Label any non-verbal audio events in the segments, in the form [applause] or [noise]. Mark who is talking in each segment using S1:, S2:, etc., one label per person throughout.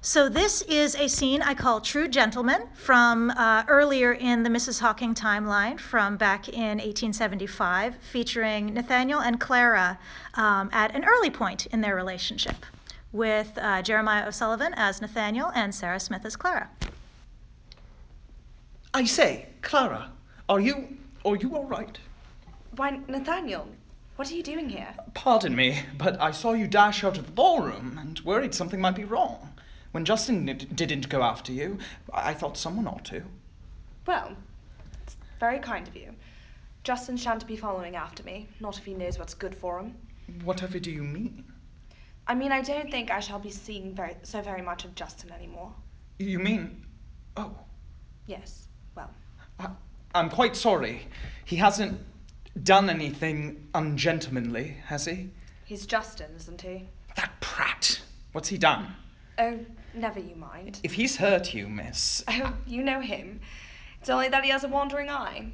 S1: So this is a scene I call True Gentleman from uh, earlier in the Mrs. Hawking timeline from back in 1875, featuring Nathaniel and Clara um, at an early point in their relationship, with uh, Jeremiah O'Sullivan as Nathaniel and Sarah Smith as Clara.
S2: I say, Clara, are you are you all right?
S3: Why, Nathaniel, what are you doing here?
S2: Pardon me, but I saw you dash out of the ballroom and worried something might be wrong. When Justin n- didn't go after you, I I thought someone ought to.
S3: Well, it's very kind of you. Justin shan't be following after me, not if he knows what's good for him.
S2: Whatever do you mean?
S3: I mean, I don't think I shall be seeing very, so very much of Justin anymore.
S2: You mean? Oh,
S3: Yes, well,
S2: I, I'm quite sorry. He hasn't done anything ungentlemanly, has he?
S3: he's Justin, isn't he?
S2: That prat. What's he done?
S3: Oh, never you mind. [laughs]
S2: If he's hurt you, miss,
S3: Oh, you know him. It's only that he has a wandering eye.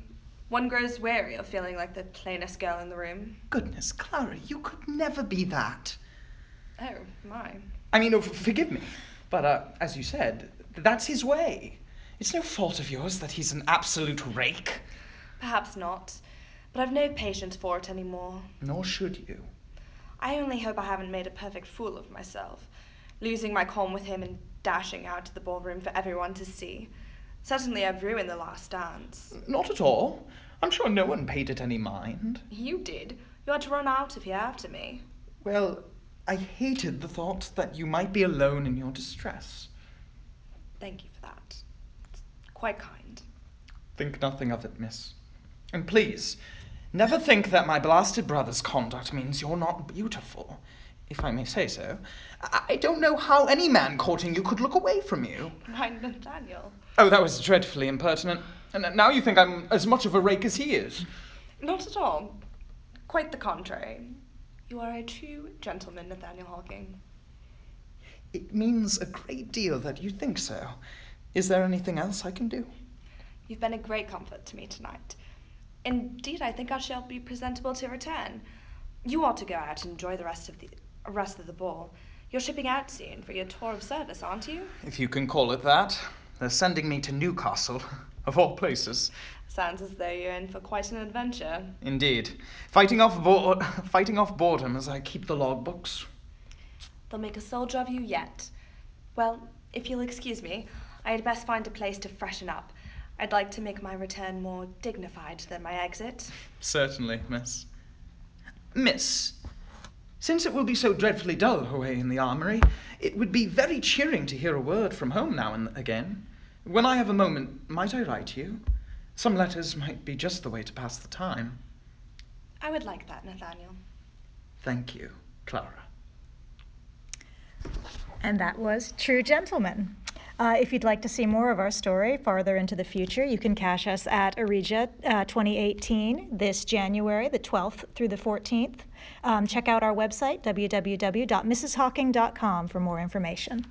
S3: One grows weary of feeling like the plainest girl in the room.
S2: Goodness, Clara, you could never be that.
S3: Oh, my.
S2: I mean, oh, f- forgive me, but uh, as you said, th- that's his way. It's no fault of yours that he's an absolute rake.
S3: Perhaps not, but I've no patience for it anymore.
S2: Nor should you.
S3: I only hope I haven't made a perfect fool of myself, losing my calm with him and dashing out to the ballroom for everyone to see. Certainly, I've ruined the last dance.
S2: Not at all. I'm sure no one paid it any mind.
S3: You did. You had to run out of here after me.
S2: Well, I hated the thought that you might be alone in your distress.
S3: Thank you for that. It's quite kind.
S2: Think nothing of it, miss. And please, never think that my blasted brother's conduct means you're not beautiful, if I may say so. I I don't know how any man courting you could look away from you.
S3: Why, Nathaniel?
S2: Oh, that was dreadfully impertinent. And now you think I'm as much of a rake as he is.
S3: Not at all. Quite the contrary. You are a true gentleman, Nathaniel Hawking.
S2: It means a great deal that you think so. Is there anything else I can do?
S3: You've been a great comfort to me tonight. Indeed, I think I shall be presentable to return. You ought to go out and enjoy the rest of the rest of the ball. You're shipping out soon for your tour of service, aren't you?
S2: If you can call it that. They're sending me to Newcastle, [laughs] of all places.
S3: Sounds as though you're in for quite an adventure.
S2: Indeed. Fighting off, bored, [laughs] fighting off boredom as I keep the logbooks.
S3: They'll make a soldier of you yet. Well, if you'll excuse me, I had best find a place to freshen up. I'd like to make my return more dignified than my exit.
S2: Certainly, miss. Miss, since it will be so dreadfully dull away in the armoury, it would be very cheering to hear a word from home now and again. When I have a moment, might I write you? Some letters might be just the way to pass the time.
S3: I would like that, Nathaniel.
S2: Thank you, Clara.
S1: And that was True Gentlemen. Uh, if you'd like to see more of our story farther into the future, you can cash us at Aregia uh, 2018 this January, the 12th through the 14th. Um, check out our website, www.mrshawking.com, for more information.